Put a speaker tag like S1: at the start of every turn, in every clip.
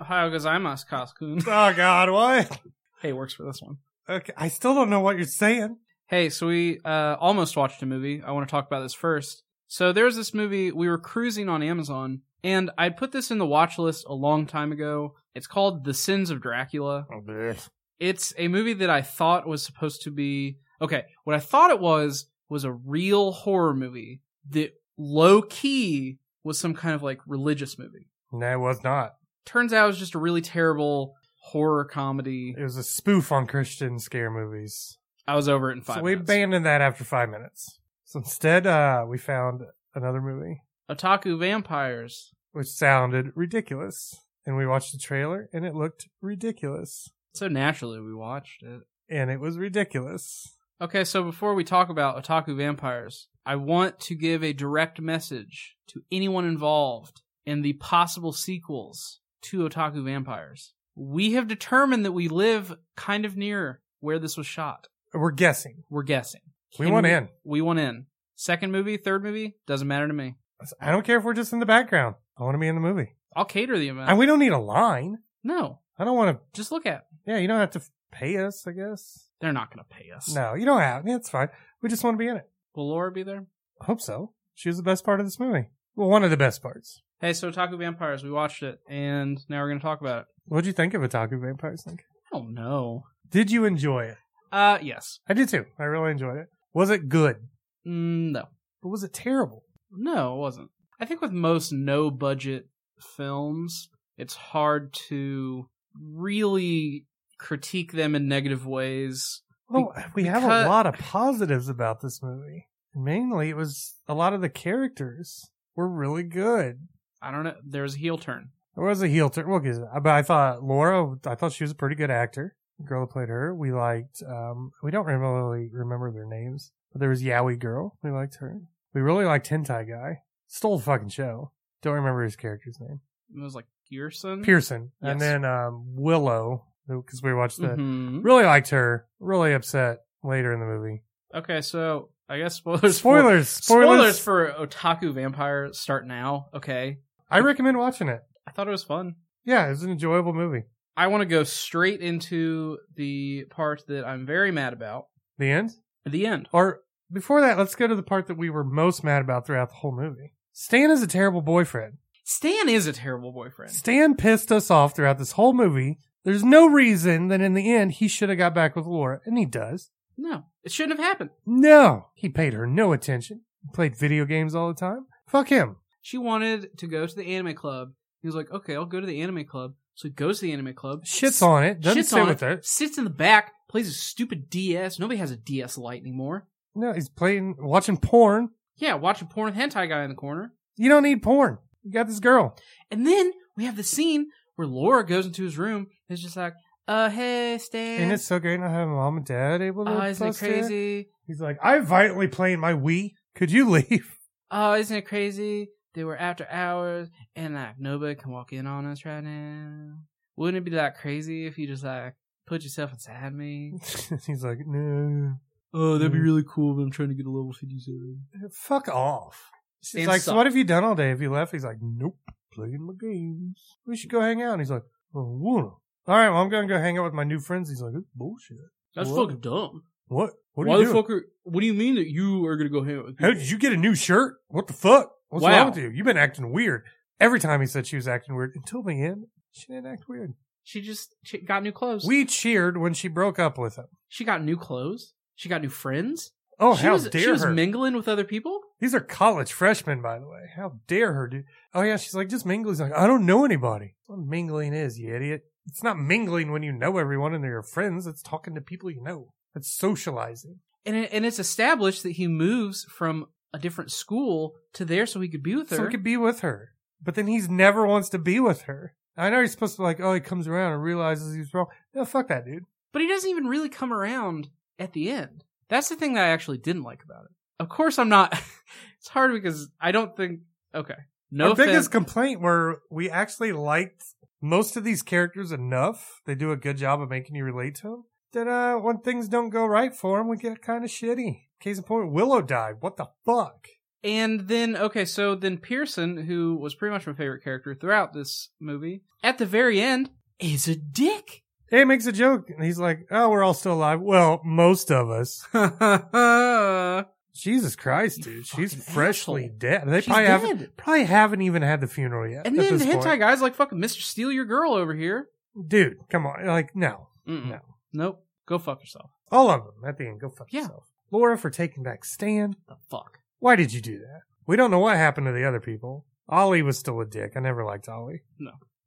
S1: Ohio Gazaimas Cocoon.
S2: Oh God, what?
S1: hey, works for this one.
S2: Okay, I still don't know what you're saying.
S1: Hey, so we uh, almost watched a movie. I want to talk about this first. So there's this movie we were cruising on Amazon, and I put this in the watch list a long time ago. It's called The Sins of Dracula.
S2: Oh,
S1: It's a movie that I thought was supposed to be okay. What I thought it was was a real horror movie that low key was some kind of like religious movie.
S2: No, it was not.
S1: Turns out it was just a really terrible horror comedy.
S2: It was a spoof on Christian scare movies.
S1: I was over it in five.
S2: so we
S1: minutes.
S2: abandoned that after five minutes. So instead, uh, we found another movie
S1: Otaku vampires.
S2: which sounded ridiculous, and we watched the trailer, and it looked ridiculous,
S1: So naturally we watched it.
S2: and it was ridiculous.
S1: Okay, so before we talk about otaku vampires, I want to give a direct message to anyone involved in the possible sequels to otaku vampires. We have determined that we live kind of near where this was shot.
S2: We're guessing.
S1: We're guessing.
S2: We
S1: Can
S2: want in.
S1: We want in. Second movie, third movie, doesn't matter to me.
S2: I don't care if we're just in the background. I want to be in the movie,
S1: I'll cater the amount.
S2: and we don't need a line.
S1: no,
S2: I don't want to.
S1: just look at.
S2: Yeah, you don't have to pay us. I guess.
S1: They're not going to pay us.
S2: No, you don't have. Yeah, it's fine. We just want to be in it.
S1: Will Laura be there?
S2: I hope so. She was the best part of this movie. Well, one of the best parts.
S1: Hey, so Otaku Vampires, we watched it, and now we're going to talk about it.
S2: What'd you think of Otaku Vampires? Link?
S1: I don't know.
S2: Did you enjoy it?
S1: Uh, yes.
S2: I did too. I really enjoyed it. Was it good?
S1: Mm, no.
S2: But was it terrible?
S1: No, it wasn't. I think with most no budget films, it's hard to really critique them in negative ways.
S2: Well, we have
S1: because-
S2: a lot of positives about this movie. Mainly, it was a lot of the characters were really good.
S1: I don't know. There's a heel turn.
S2: There was a heel turn. Well, 'cause- uh, but I thought Laura. I thought she was a pretty good actor. The girl that played her, we liked. Um, we don't really remember their names, but there was Yowie Girl. We liked her. We really liked Hentai Guy. Stole the fucking show. Don't remember his character's name.
S1: It was like Pearson.
S2: Pearson,
S1: Mm-hmm. Yes.
S2: and then um, Willow, because we watched that.
S1: Mhm.
S2: Really liked her. Really upset later in the movie.
S1: Okay, so I guess spoilers. For-
S2: Spoilers.
S1: spoilers
S2: Spoilers.
S1: for Otaku Vampire start now. Okay.
S2: I recommend watching it.
S1: I thought it was fun.
S2: Yeah, it was an enjoyable movie.
S1: I want to go straight into the part that I'm very mad about.
S2: The end?
S1: The end.
S2: Or before that, let's go to the part that we were most mad about throughout the whole movie. Stan is a terrible boyfriend.
S1: Stan is a terrible boyfriend.
S2: Stan pissed us off throughout this whole movie. There's no reason that in the end he should have got back with Laura, and he does.
S1: No, it shouldn't have happened.
S2: No! He paid her no attention. He played video games all the time. Fuck him.
S1: She wanted to go to the anime club. He was like, okay, I'll go to the anime club. So he goes to the anime club.
S2: Shits on it. Doesn't
S1: shits
S2: sit
S1: on
S2: with
S1: it,
S2: her.
S1: Sits in the back, plays a stupid DS. Nobody has a DS Lite anymore.
S2: No, he's playing, watching porn.
S1: Yeah, watching porn with hentai guy in the corner.
S2: You don't need porn. You got this girl.
S1: And then we have the scene where Laura goes into his room and is just like, uh, hey, Stan.
S2: And it's so great not having mom and dad able to.
S1: uh, isn't it
S2: bust in.
S1: crazy?
S2: He's like, I'm violently playing my Wii. Could you leave?
S1: Oh, isn't it crazy? They were after hours and like nobody can walk in on us right now. Wouldn't it be like crazy if you just like put yourself inside me?
S2: He's like, no.
S1: Oh,
S2: that'd be
S1: really cool, but I'm trying to get a level 57.
S2: Fuck off. She's
S1: Stan
S2: like, so
S1: sucked.
S2: what have you done all day? Have you left? He's like, nope, playing my games. We should go hang out. And he's like, I don't wanna. All right, well, I'm going to go hang out with my new friends. He's like, it's bullshit.
S1: That's
S2: What?
S1: fucking dumb.
S2: What? What are
S1: Why
S2: you
S1: the
S2: doing?
S1: fuck are, what do you mean that you are gonna go hang out with
S2: How
S1: people?
S2: did you get a new shirt? What the fuck? What's
S1: Wow.
S2: wrong with you? You've been acting weird. Every time he said she was acting weird, until the end, she didn't act weird.
S1: She just she got new clothes.
S2: We cheered when she broke up with him.
S1: she got new clothes. She got new friends.
S2: Oh,
S1: she
S2: how
S1: was,
S2: dare
S1: She was
S2: her!
S1: mingling with other people.
S2: These are college freshmen, by the way. How dare her, dude? Oh yeah, she's like just mingling. He's like I don't know anybody. That's What mingling is, you idiot? It's not mingling when you know everyone and they're your friends. It's talking to people you know. It's socializing.
S1: And it, and it's established that he moves from a different school to there so he could be with her.
S2: So he could be with her, but then he's never wants to be with her. I know he's supposed to like, oh, he comes around and realizes he's wrong. No, fuck that, dude.
S1: but he doesn't even really come around at the end. That's the thing that I actually didn't like about it. Of course, I'm not. it's hard because I don't think. Okay, no
S2: Our
S1: offense.
S2: biggest complaint were we actually liked most of these characters enough. They do a good job of making you relate to them. That uh, when things don't go right for them, we get kind of shitty. Case in point, Willow died. What the fuck?
S1: And then okay, so then Pearson, who was pretty much my favorite character throughout this movie, at the very end is a dick.
S2: He makes a joke. and He's like, "Oh, we're all still alive. Well, most of us." Jesus Christ,
S1: You
S2: dude, she's
S1: fucking
S2: freshly
S1: asshole.
S2: dead. They
S1: She's
S2: probably haven't
S1: dead.
S2: probably haven't even had the funeral yet.
S1: And
S2: at
S1: then the
S2: this
S1: hentai
S2: point.
S1: guy's like, "Fucking Mister Steal Your Girl over here."
S2: dude, come on, like no,
S1: Mm-mm.
S2: No.
S1: Nope. Go fuck yourself.
S2: all of them at the end. Go fuck
S1: Yeah.
S2: yourself, Laura, for taking back Stan.
S1: The fuck.
S2: Why did you do that? We don't know what happened to the other people. Ollie was still a dick. I never liked Ollie.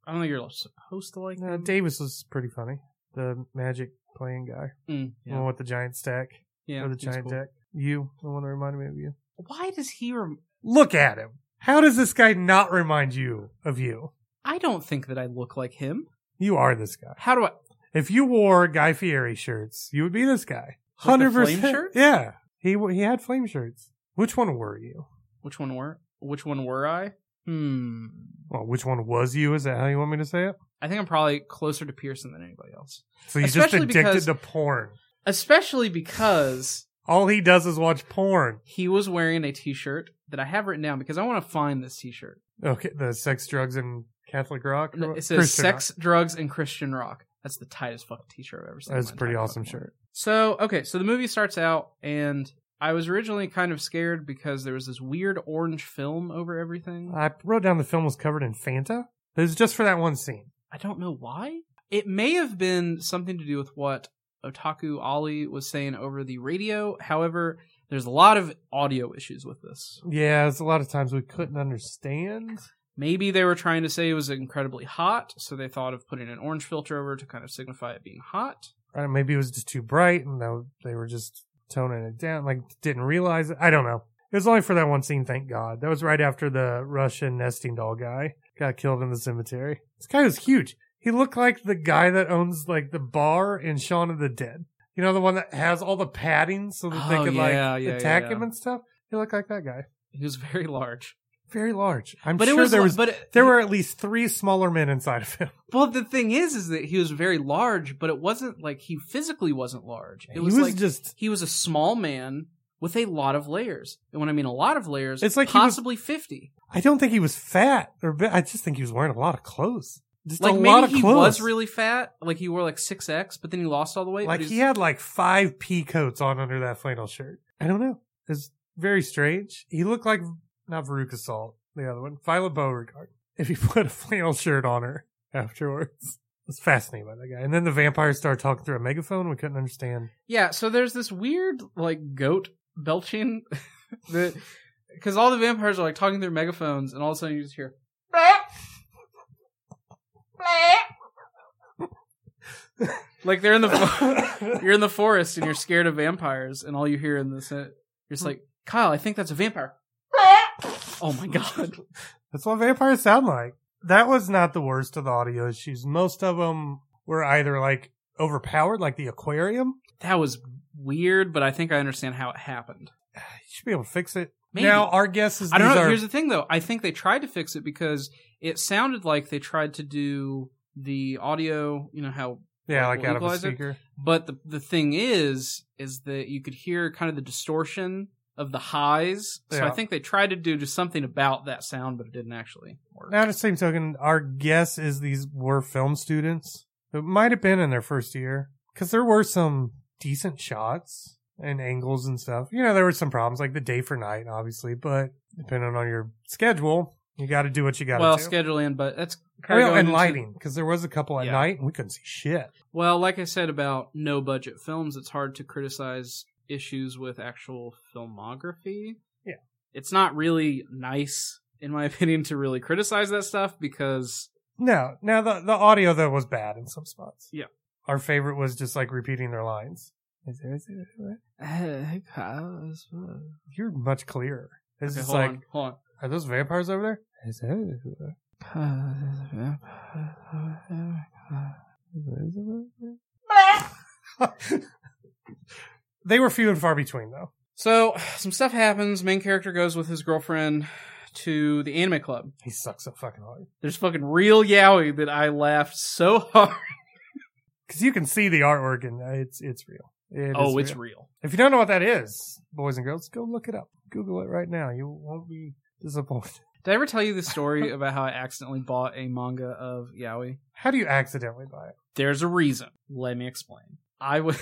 S1: I don't think you're supposed to like
S2: Uh,
S1: him.
S2: Davis was pretty funny. The magic playing guy,
S1: Mm,
S2: the
S1: yeah.
S2: one with the giant stack
S1: yeah
S2: or the
S1: he's
S2: giant
S1: cool.
S2: deck. You, the one that reminded me of you.
S1: Why does he? Rem-
S2: Look at him. How does this guy not remind you of you?
S1: I don't think that I look like him.
S2: You are this guy.
S1: How do I?
S2: If you wore Guy Fieri shirts, you would be this
S1: Like
S2: guy.
S1: the
S2: Hundred
S1: flame
S2: percent.
S1: shirts?
S2: Yeah, he w- he had flame shirts. Which one were you?
S1: Which one were? Which one were I? Hmm.
S2: Well, which one was you? Is that how you want me to say it?
S1: I think I'm probably closer to Pearson than anybody else.
S2: So he's just
S1: Especially
S2: addicted
S1: because-
S2: to porn.
S1: Especially because
S2: All he does is watch porn.
S1: he was wearing a t-shirt that I have written down because I want to find this t-shirt.
S2: Okay, the sex, drugs, and Catholic rock. or what?
S1: It says
S2: Christian
S1: sex, drugs, and Christian rock. That's the tightest fucking t-shirt I've ever seen.
S2: rock.
S1: in
S2: That's a
S1: my
S2: pretty
S1: entire
S2: awesome
S1: fucking life.
S2: shirt.
S1: So, okay, so the movie starts out, and I was originally kind of scared because there was this weird orange film over everything.
S2: I wrote down the film was covered in Fanta. It was just for that one scene.
S1: I don't know why. It may have been something to do with what Otaku Ali was saying over the radio. However, there's a lot of audio issues with this.
S2: Yeah, it's a lot of times we couldn't understand.
S1: Maybe they were trying to say it was incredibly hot, so they thought of putting an orange filter over to kind of signify it being hot.
S2: I don't know, maybe it was just too bright and tho- they were just toning it down, like didn't realize it. I don't know. It was only for that one scene, thank God. That was right after the Russian nesting doll guy got killed in the cemetery. This guy was huge. He looked like the guy that owns like the bar in Shaun of the Dead. You know, the one that has all the padding so that they
S1: Oh,
S2: could
S1: yeah,
S2: like
S1: yeah,
S2: attack
S1: yeah,
S2: him
S1: yeah.
S2: and stuff. He looked like that guy.
S1: He was very large,
S2: Very large. I'm
S1: but
S2: sure
S1: it was.
S2: there
S1: li-
S2: was
S1: but it,
S2: there were at least three smaller men inside of him.
S1: Well, the thing is, is that he was very large, but it wasn't like he physically wasn't large. It
S2: he
S1: was,
S2: was
S1: like
S2: just
S1: he was a small man with a lot of layers, and when I mean a lot of layers,
S2: It's like he was-
S1: possibly fifty.
S2: I don't think he was fat or bi- I just think he was wearing a lot of clothes. Just
S1: Like
S2: a
S1: maybe
S2: lot of
S1: he
S2: clothes.
S1: was really fat, like he wore like six X, but then he lost all the weight.
S2: like
S1: but
S2: he
S1: he's-
S2: had like five pea coats on under that flannel shirt. I don't know. It's very strange. He looked like not Veruca Salt, the other one, Viola Beauregard. If he put a flannel shirt on her afterwards, I was fascinated by that guy. And then the vampire started talking through a megaphone. We couldn't understand.
S1: Yeah, so there's this weird like goat belching that because all the vampires are like talking through megaphones, and all of a sudden you just hear. like they're in the fo- you're in the forest and you're scared of vampires, and all you hear in this you're
S2: Hmm.
S1: just like Kyle, I think that's a vampire. Oh my god!
S2: That's what vampires sound like. That was not the worst of the audio issues. Most of them were either like overpowered, like the aquarium.
S1: That was weird, but I think I understand how it happened.
S2: You should be able to fix it.
S1: Maybe.
S2: Now our guess is
S1: I don't
S2: these
S1: know.
S2: are
S1: Here's the thing, though. I think they tried to fix it because it sounded like they tried to do the audio. You know how,
S2: yeah, like
S1: we'll
S2: out of a
S1: equalize it.
S2: speaker.
S1: but the the thing is, is that you could hear kind of the distortion of the highs. So I
S2: Yeah.
S1: think they tried to do just something about that sound, but it didn't actually work.
S2: Now, at the same token, our guess is these were film students. It might have been in their first year because there were some decent shots and angles and stuff. You know, there were some problems like the day for night, obviously, but depending on your schedule, you got to do what you got to
S1: well,
S2: do.
S1: schedule in, but that's
S2: Oh,
S1: kind
S2: yeah,
S1: of
S2: and lighting because there was a couple at
S1: Yeah.
S2: night and we couldn't see shit.
S1: Well, like I said about no budget films, it's hard to criticize issues with actual filmography.
S2: Yeah.
S1: It's not really nice, in my opinion, to really criticize that stuff because
S2: No, now the the audio though was bad in some spots.
S1: Yeah.
S2: our favorite was just like repeating their lines. Is there, is there,
S1: Okay,
S2: you're much clearer. It's just
S1: hold
S2: like,
S1: on, hold on.
S2: are those vampires over there? Is there- they were few and far between, though.
S1: So some stuff happens. Main character goes with his girlfriend to the anime club.
S2: He sucks so fucking hard
S1: There's fucking real yaoi that I laughed so hard.
S2: because you can see the artwork and uh, it's it's real. It
S1: oh,
S2: is
S1: it's
S2: real.
S1: real.
S2: If you don't know what that is, boys and girls, go look it up. Google it right now. You won't be disappointed.
S1: Did I ever tell you the story about how I accidentally bought a manga of Yaoi?
S2: How do you accidentally buy it?
S1: There's a reason. Let me explain. I was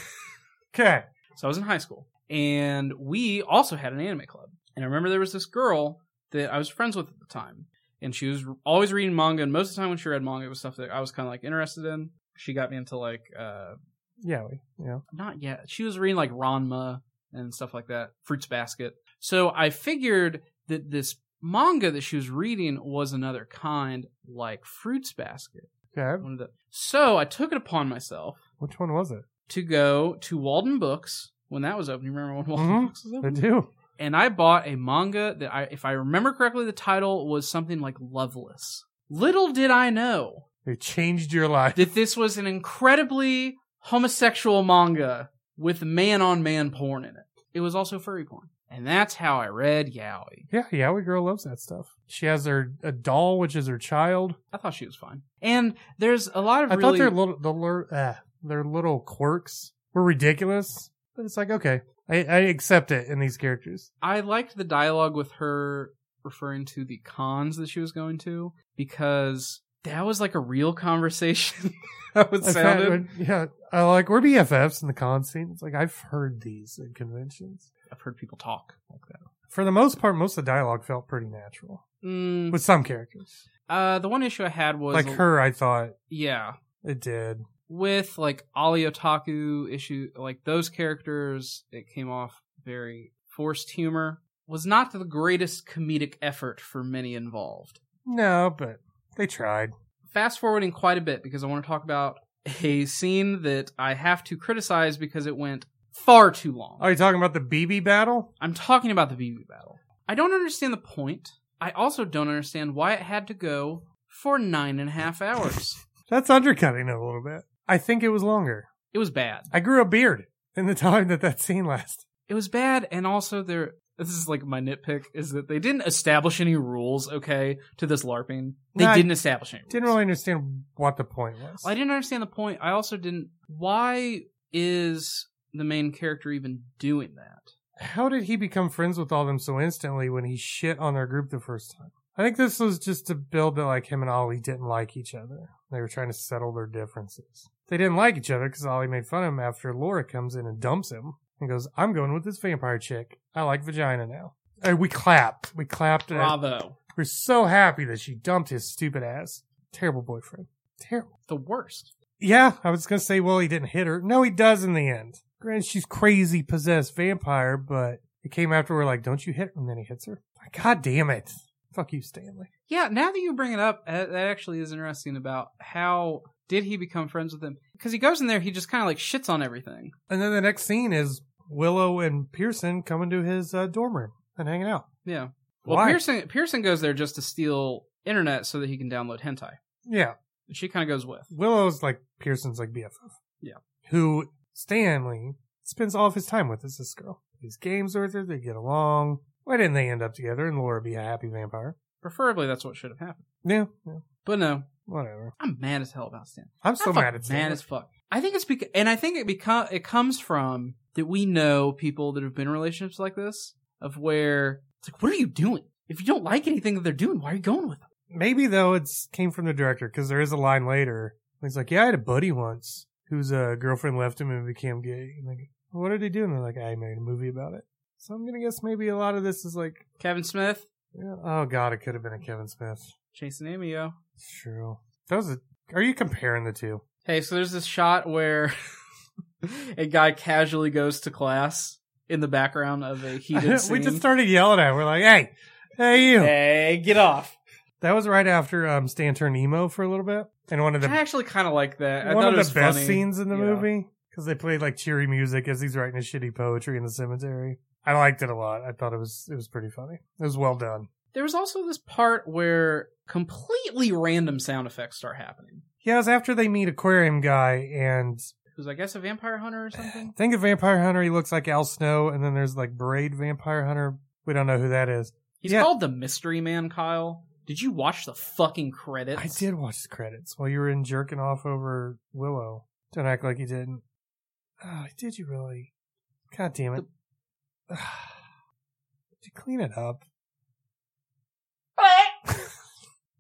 S2: Okay.
S1: so I was in high school, and we also had an anime club. And I remember there was this girl that I was friends with at the time, and she was always reading manga. And most of the time, when she read manga, it was stuff that I was kind of like interested in. She got me into like uh
S2: Yeah, we, you know.
S1: not yet. She was reading like Ranma and stuff like that, Fruits Basket. So I figured that this manga that she was reading was another kind, like Fruits Basket.
S2: Okay.
S1: One of the- so I took it upon myself
S2: Which one was it?
S1: to go to Walden Books when that was open. You remember when Walden
S2: Mhm.
S1: Books was
S2: I
S1: open?
S2: do.
S1: And I bought a manga that I, if I remember correctly, the title was something like Loveless. Little did I know
S2: It changed your life.
S1: that this was an incredibly homosexual manga with man on man porn in it. It was also furry porn. And that's how I read Yaoi.
S2: Yeah, Yowie girl loves that stuff. She has her a doll, which is her child.
S1: I thought she was fine. And there's a lot of
S2: I thought
S1: really
S2: their little the lur- uh, their little quirks were ridiculous, but it's like okay, I, I accept it in these characters.
S1: I liked the dialogue with her referring to the cons that she was going to because that was like a real conversation. that would
S2: I found-
S1: sounded.
S2: yeah, I like we're BFFs in the con scene. It's like I've heard these at conventions.
S1: I've heard people talk like that.
S2: For the most part, most of the dialogue felt pretty natural
S1: Mm,
S2: with some characters.
S1: uh, the one issue I had was
S2: Like her, I thought
S1: Yeah,
S2: it did.
S1: with like Ali Otaku issue, like those characters, it came off very forced humor. Was not the greatest comedic effort for many involved.
S2: No, but they tried.
S1: Fast forwarding quite a bit because I want to talk about a scene that I have to criticize because it went far too long.
S2: Are you talking about the BB battle?
S1: I'm talking about the BB battle. I don't understand the point. I also don't understand why it had to go for nine and a half hours.
S2: That's undercutting it a little bit. I think it was longer.
S1: it was bad.
S2: I grew a beard in the time that that scene lasted.
S1: it was bad and also there this is like my nitpick is that they didn't establish any rules okay to this larping they
S2: No, I
S1: didn't establish any rules.
S2: Didn't really understand what the point was.
S1: i didn't understand the point i also didn't why is the main character even doing that
S2: How did he become friends with all them so instantly when he shit on their group the first time? I think this was just to build that like him and Ollie didn't like each other. They were trying to settle their differences. They didn't like each other because Ollie made fun of him after Laura comes in and dumps him and goes, "I'm going with this vampire chick. I like vagina now." And we clapped. We clapped. and
S1: bravo
S2: We're so happy that she dumped his stupid ass. Terrible boyfriend. Terrible.
S1: the worst
S2: Yeah, I was gonna say, well, he didn't hit her. No, he does in the end. Granted, she's crazy, possessed vampire, but it came after we're like, don't you hit her, and then he hits her. Like, God damn it! Fuck you, Stanley.
S1: yeah now that you bring it up uh, that actually is interesting about how did he become friends with him because he goes in there he just kind of like shits on everything
S2: And then the next scene is Willow and Pearson coming to his uh, dorm room and hanging out.
S1: yeah well
S2: Why?
S1: pearson pearson goes there just to steal internet so that he can download hentai
S2: Yeah,
S1: and she kind of goes with
S2: Willow's like Pearson's like BFF.
S1: Yeah.
S2: Who Stanley spends all of his time with is this girl. These games with her. They get along. Why didn't they end up together and Laura be a happy vampire?
S1: Preferably, that's what should have happened.
S2: Yeah, yeah
S1: But no,
S2: whatever.
S1: I'm mad as hell about Stan.
S2: I'm so
S1: I'm
S2: mad
S1: fucking
S2: at Stanley.
S1: mad as fuck. I think it's because, and I think it become it comes from that we know people that have been in relationships like this, of where it's like, what are you doing? If you don't like anything that they're doing, why are you going with them?
S2: maybe though it's came from the director because there is a line later. He's like, "Yeah, I had a buddy once whose uh, girlfriend left him and became gay." And like, what did he do? And they're like, "I made a movie about it." So I'm gonna guess maybe a lot of this is like,
S1: Kevin Smith,
S2: yeah, oh god, it could have been a Kevin Smith.
S1: Jason Amio.
S2: It's true. Those are, are you comparing the two?
S1: Hey, so there's this shot where a guy casually goes to class in the background of a heated scene.
S2: we just started yelling at. Him. We're like, "Hey, hey, you!"
S1: Hey, get off!
S2: That was right after um, Stan turned emo for a little bit, and one of the
S1: I actually kind of like that. I
S2: one
S1: thought
S2: of
S1: it
S2: the
S1: was
S2: best
S1: funny.
S2: scenes in the
S1: Yeah.
S2: movie because they played like cheery music as he's writing his shitty poetry in the cemetery. I liked it a lot. I thought it was it was pretty funny. It was well done.
S1: There was also this part where completely random sound effects start happening.
S2: Yeah, it was after they meet Aquarium Guy and
S1: It was, I guess, a vampire hunter or something.
S2: think of Vampire Hunter. He looks like Al Snow, and then there's like Braid Vampire Hunter. We don't know who that is.
S1: He's
S2: Yeah.
S1: called the Mystery Man, Kyle. Did you watch the fucking credits?
S2: I did watch the credits while you were in jerking off over Willow. Don't act like you didn't. Oh, did you really? God damn it. Did you clean it up?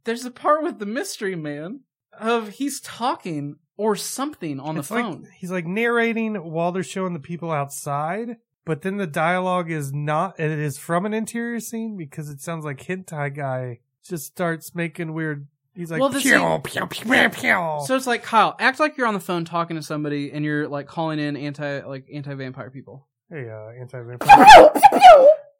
S1: There's the part with the mystery man of he's talking or something on
S2: It's
S1: the
S2: like-
S1: phone.
S2: he's like narrating while they're showing the people outside, but then the dialogue is not, it is from an interior scene because it sounds like Hentai Guy just starts making weird. He's like,
S1: Well, the
S2: pew,
S1: thing-
S2: pew, pew, pew, pew.
S1: So it's like Kyle, act like you're on the phone talking to somebody and you're like calling in anti like anti vampire people.
S2: hey, uh, anti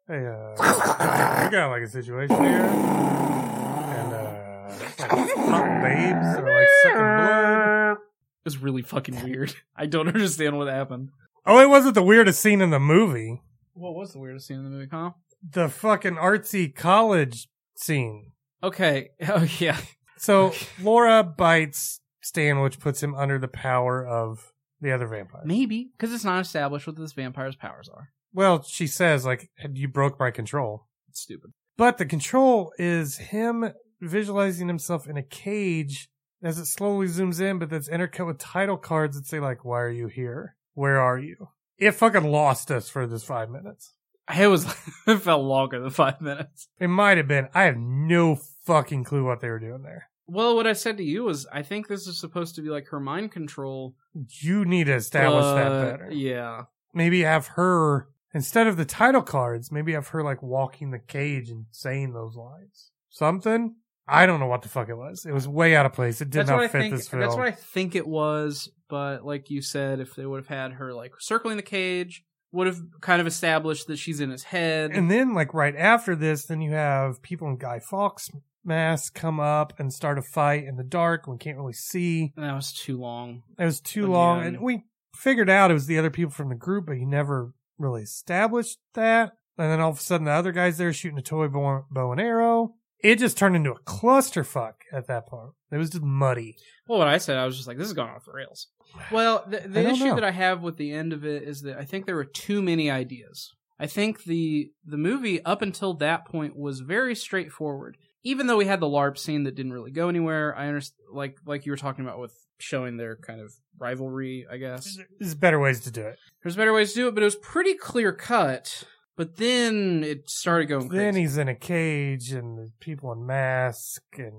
S2: Hey, uh, we got like a situation here. And, uh, it's like, hot babes are like sucking blood.
S1: It's really fucking weird. I don't understand what happened.
S2: Oh, it wasn't the weirdest scene in the movie.
S1: What was the weirdest scene in the movie, Kyle?
S2: The fucking artsy college scene.
S1: Okay. Oh yeah.
S2: So Laura bites Stan, which puts him under the power of the other vampire.
S1: Maybe because it's not established what this vampire's powers are.
S2: Well, she says, like, you broke my control.
S1: It's stupid.
S2: But the control is him visualizing himself in a cage as it slowly zooms in, but that's intercut with title cards that say, like, why are you here? Where are you? It fucking lost us for this five minutes.
S1: It was. it felt longer than five minutes.
S2: It might have been. I have no fucking clue what they were doing there.
S1: Well, what I said to you was, I think this is supposed to be like her mind control.
S2: You need to establish
S1: Uh,
S2: that better.
S1: Yeah.
S2: maybe have her instead of the title cards, maybe have her like walking the cage and saying those lines. Something. I don't know what the fuck it was. It was way out of place. It did
S1: that's
S2: not
S1: what
S2: fit
S1: I think.
S2: this film.
S1: That's what I think it was. But like you said, if they would have had her like circling the cage, would have kind of established that she's in his head.
S2: and then like right after this, then you have people in Guy Fawkes mask come up and start a fight in the dark. We can't really see.
S1: that was too long.
S2: It was too
S1: Again.
S2: long, and we figured out it was the other people from the group, but he never really established that. And then all of a sudden, the other guy's there shooting a toy bow, bow and arrow. It just turned into a clusterfuck at that point. It was just muddy.
S1: Well, what I said, I was just like, this is going off the rails. Well, the, the
S2: don't
S1: issue
S2: know.
S1: that I have with the end of it is that I think there were too many ideas. I think the the movie up until that point was very straightforward. Even though we had the LARP scene that didn't really go anywhere, I understand. Like like you were talking about with showing their kind of rivalry, I guess.
S2: There's better ways to do it.
S1: There's better ways to do it, but it was pretty clear cut. But then it started going crazy.
S2: Then he's in a cage, and there's people in masks. And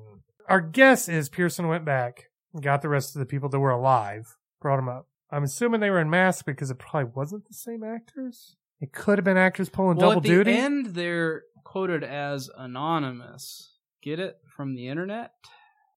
S2: our guess is Pearson went back and got the rest of the people that were alive, brought them up. I'm assuming they were in masks because it probably wasn't the same actors. It could have been actors pulling
S1: well,
S2: double
S1: at the
S2: duty.
S1: end, they're quoted as anonymous. Get it from the internet.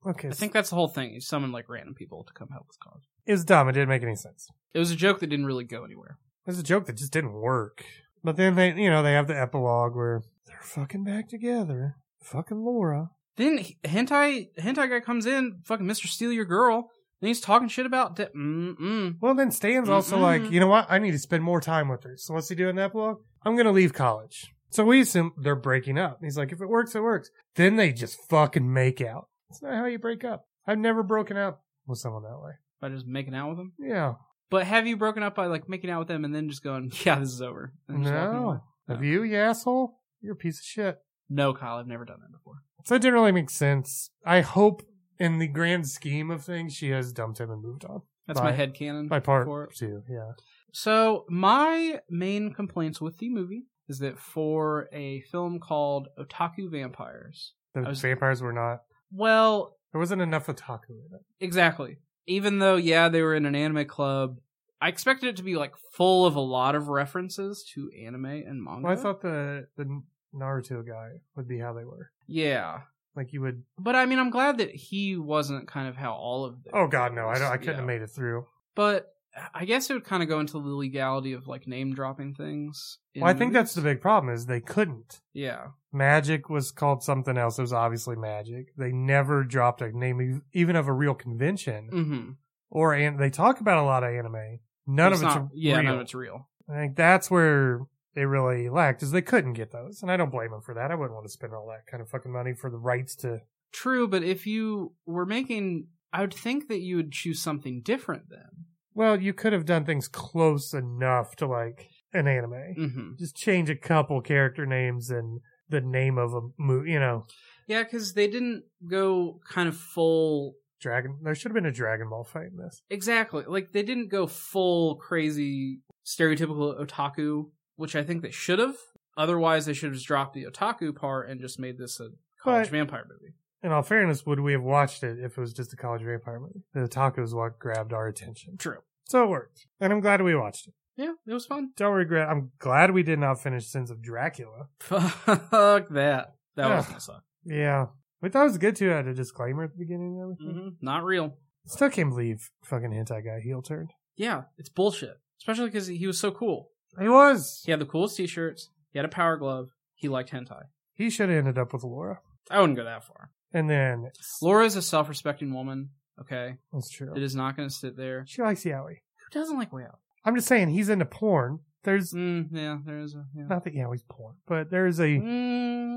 S2: okay,
S1: I think that's the whole thing. You summon like random people to come help this cause.
S2: is dumb. It didn't make any sense.
S1: It was a joke that didn't really go anywhere.
S2: It's a joke that just didn't work. But then they, you know, they have the epilogue where they're fucking back together. Fucking Laura.
S1: Then he- hentai hentai guy comes in, fucking Mister Steal Your Girl, and he's talking shit about. De- Mm-mm.
S2: Well, then Stan's also
S1: Mm-mm.
S2: like, you know what? I need to spend more time with her. So what's he do in the epilogue? I'm gonna leave college. So we assume they're breaking up. He's like, if it works, it works. Then they just fucking make out. It's not how you break up. I've never broken up with someone that way.
S1: By just making out with him.
S2: Yeah.
S1: But have you broken up by like making out with them and then just going, yeah, this is over? and just walking away?
S2: No. Have you, you asshole? You're a piece of shit.
S1: No, Kyle, I've never done that before.
S2: So it didn't really make sense. I hope in the grand scheme of things, she has dumped him and moved on.
S1: That's
S2: By-
S1: my head canon.
S2: By part
S1: for it.
S2: two, yeah.
S1: So my main complaints with the movie is that for a film called Otaku Vampires,
S2: The
S1: I was-
S2: vampires were not.
S1: well,
S2: There wasn't enough otaku in it.
S1: exactly. Even though yeah, they were in an anime club, I expected it to be like full of a lot of references to anime and manga.
S2: Well, I thought the the Naruto guy would be how they were.
S1: yeah,
S2: Like you would.
S1: but I mean, I'm glad that he wasn't kind of how all of them.
S2: Oh God, no! I don't. I couldn't
S1: Yeah.
S2: have made it through.
S1: But I guess it would kind of go into the legality of like name dropping things. in
S2: Well, I
S1: movies.
S2: think that's the big problem is they couldn't.
S1: yeah.
S2: Magic was called something else. It was obviously magic. They never dropped a name e- even of a real convention
S1: Mm-hmm.
S2: or and they talk about a lot of anime. None of it's
S1: not, yeah,
S2: real.
S1: none of it's real.
S2: I think that's where they really lacked is they couldn't get those, and I don't blame them for that. I wouldn't want to spend all that kind of fucking money for the rights to.
S1: True, but if you were making, I would think that you would choose something different then.
S2: Well, you could have done things close enough to like an anime.
S1: Mm-hmm.
S2: Just change a couple character names and the name of a movie. You know,
S1: Yeah, because they didn't go kind of full
S2: Dragon. There should have been a Dragon Ball fight in this.
S1: Exactly. Like they didn't go full crazy stereotypical otaku, which I think they should have. Otherwise, they should have just dropped the otaku part and just made this a college
S2: But-
S1: vampire movie.
S2: In all fairness, would we have watched it if it was just a college vampire movie? The taco is what grabbed our attention.
S1: True.
S2: So it worked. And I'm glad we watched it.
S1: Yeah, it was fun.
S2: Don't regret. I'm glad we did not finish Sins of Dracula.
S1: Fuck that. That was
S2: Ugh.
S1: gonna suck.
S2: Yeah. We thought it was good too. I had a disclaimer at the beginning and everything.
S1: Mhm. Not real.
S2: Still can't believe fucking hentai guy heel turned.
S1: Yeah, it's bullshit. Especially because he was so cool.
S2: He was.
S1: He had the coolest t-shirts. He had a power glove. He liked hentai.
S2: He should have ended up with Laura.
S1: I wouldn't go that far.
S2: And then
S1: Laura is a self-respecting woman. Okay,
S2: that's true.
S1: that is not going to sit there.
S2: She likes Yaoi.
S1: Who doesn't like Whale?
S2: I'm just saying he's into porn. There's
S1: Mm, yeah, there is a yeah.
S2: not that Yaoi's porn, but there's a
S1: Mm. Mm-hmm.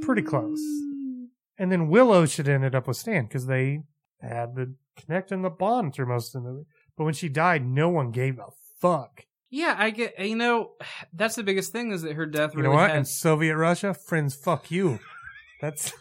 S2: Pretty
S1: Pretty
S2: close. and then Willow should have ended up with Stan because they had the connect and the bond through most of the movie. But when she died, no one gave a fuck.
S1: Yeah, I get. You know, that's the biggest thing is that her death.
S2: You
S1: Really
S2: know what?
S1: had-
S2: In Soviet Russia, friends, fuck you. That's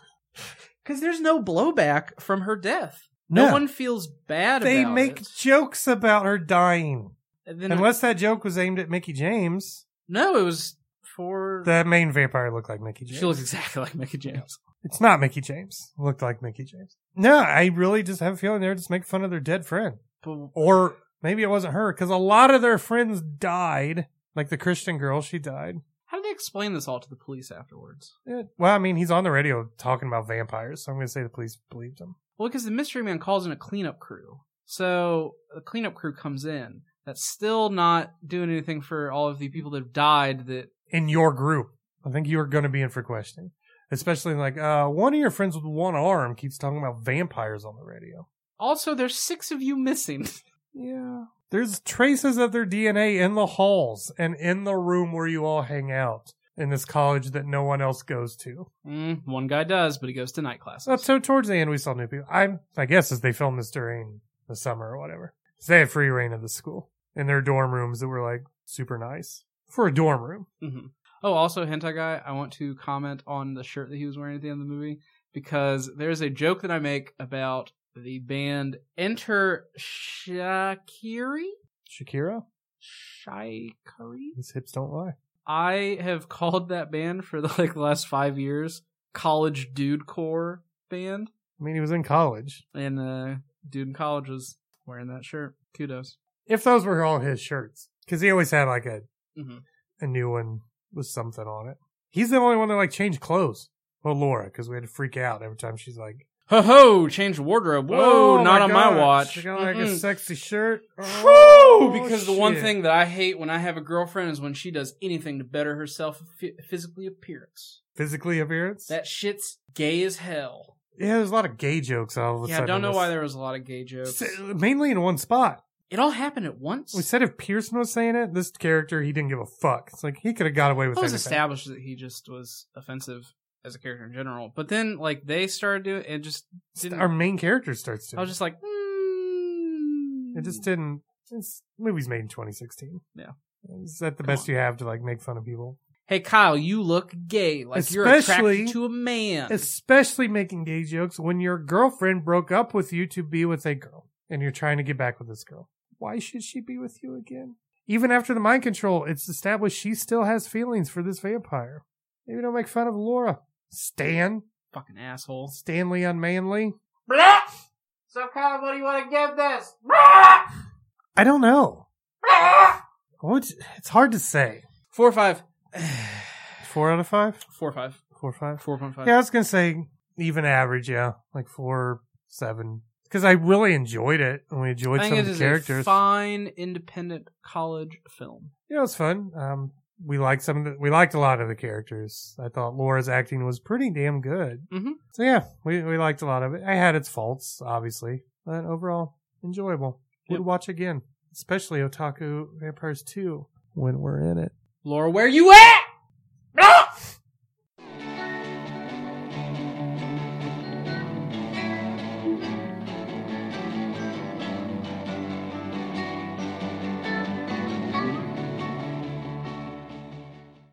S1: Because there's no blowback from her death. No one feels bad.
S2: They
S1: about
S2: make
S1: it.
S2: jokes about her dying,
S1: And then-
S2: unless that joke was aimed at Mickey James.
S1: no, it was for
S2: The main vampire looked like Mickey James.
S1: she looks exactly like Mickey James.
S2: It's not Mickey James. Looked like Mickey James. No, I really just have a feeling they're just making fun of their dead friend.
S1: But
S2: Or maybe it wasn't her, because a lot of their friends died. Like the Christian girl, she died.
S1: how did they explain this all to the police afterwards?
S2: Eh, well, I mean, he's on the radio talking about vampires, so I'm going to say the police believed him.
S1: Well, because the mystery man calls in a cleanup crew. So the cleanup crew comes in. That's still not doing anything for all of the people that have died that
S2: In your group, I think you are going to be in for questioning. Especially like, uh, one of your friends with one arm keeps talking about vampires on the radio.
S1: Also, there's six of you missing.
S2: Yeah. There's traces of their DNA in the halls and in the room where you all hang out in this college that no one else goes to.
S1: Mm, one guy does, but he goes to night classes.
S2: So, so towards the end, we saw new people. I'm, I guess, as they filmed this during the summer or whatever, 'Cause they had free reign of the school in their dorm rooms that were like super nice for a dorm room.
S1: hmm Oh, also, hentai guy, I want to comment on the shirt that he was wearing at the end of the movie because there's a joke that I make about the band Enter Shakiri.
S2: Shakira,
S1: Shikari.
S2: his hips don't lie.
S1: I have called that band for the, like the last five years college dude core band,
S2: I mean, he was in college.
S1: and uh, dude in college was wearing that shirt. Kudos.
S2: If those were all his shirts, because he always had like a
S1: Mhm.
S2: a new one with something on it. He's the only one that like changed clothes. Well, Laura, because we had to freak out every time she's like,
S1: Ho ho! Change wardrobe. Whoa!
S2: "Oh
S1: not on my
S2: God,
S1: watch.
S2: She got like a
S1: Mm-mm.
S2: sexy shirt.
S1: Whew,
S2: Oh,
S1: because the one
S2: shit.
S1: thing that I hate when I have a girlfriend is when she does anything to better herself phy- physically appearance.
S2: physically appearance.
S1: That shit's gay as hell.
S2: Yeah, there's a lot of gay jokes all of a
S1: yeah, I
S2: sudden.
S1: don't know why
S2: This-
S1: there was a lot of gay jokes.
S2: S- Mainly in one spot.
S1: It all happened at once.
S2: We said if Pearson was saying it, this character he didn't give a fuck. It's like he could have got away with
S1: It was
S2: anything.
S1: established that he just was offensive as a character in general, but then like they started doing it, just didn't.
S2: Our main character starts to.
S1: I was just like, mm.
S2: it just didn't. This movie's made in 2016.
S1: Yeah.
S2: is that the
S1: Come
S2: best
S1: on.
S2: you have to like make fun of people?
S1: Hey Kyle, you look gay. Like you're
S2: Especially-
S1: attracted to a man.
S2: Especially making gay jokes when your girlfriend broke up with you to be with a girl, and you're trying to get back with this girl. Why should she be with you again? Even after the mind control, it's established she still has feelings for this vampire. Maybe don't make fun of Laura. Stan,
S1: Fucking asshole.
S2: Stanley unmanly.
S1: So Kyle, what do you want to give this?
S2: I don't know. What? It's hard to say.
S1: Four or five.
S2: Four out of five.
S1: Four or five.
S2: Four or five.
S1: Four point five.
S2: Yeah, I was gonna say even average. Yeah, like four, seven. Because I really enjoyed it, and we enjoyed
S1: I
S2: some
S1: think it
S2: of the
S1: is a
S2: characters.
S1: fine independent college film.
S2: Yeah, it was fun. Um, we liked some. Of the, we liked a lot of the characters. I thought Laura's acting was pretty damn good.
S1: Mhm.
S2: So yeah, we we liked a lot of it. I had its faults, obviously, but overall enjoyable. Would
S1: Yep.
S2: watch again, especially Otaku Vampires Two when we're in it.
S1: Laura, where you at?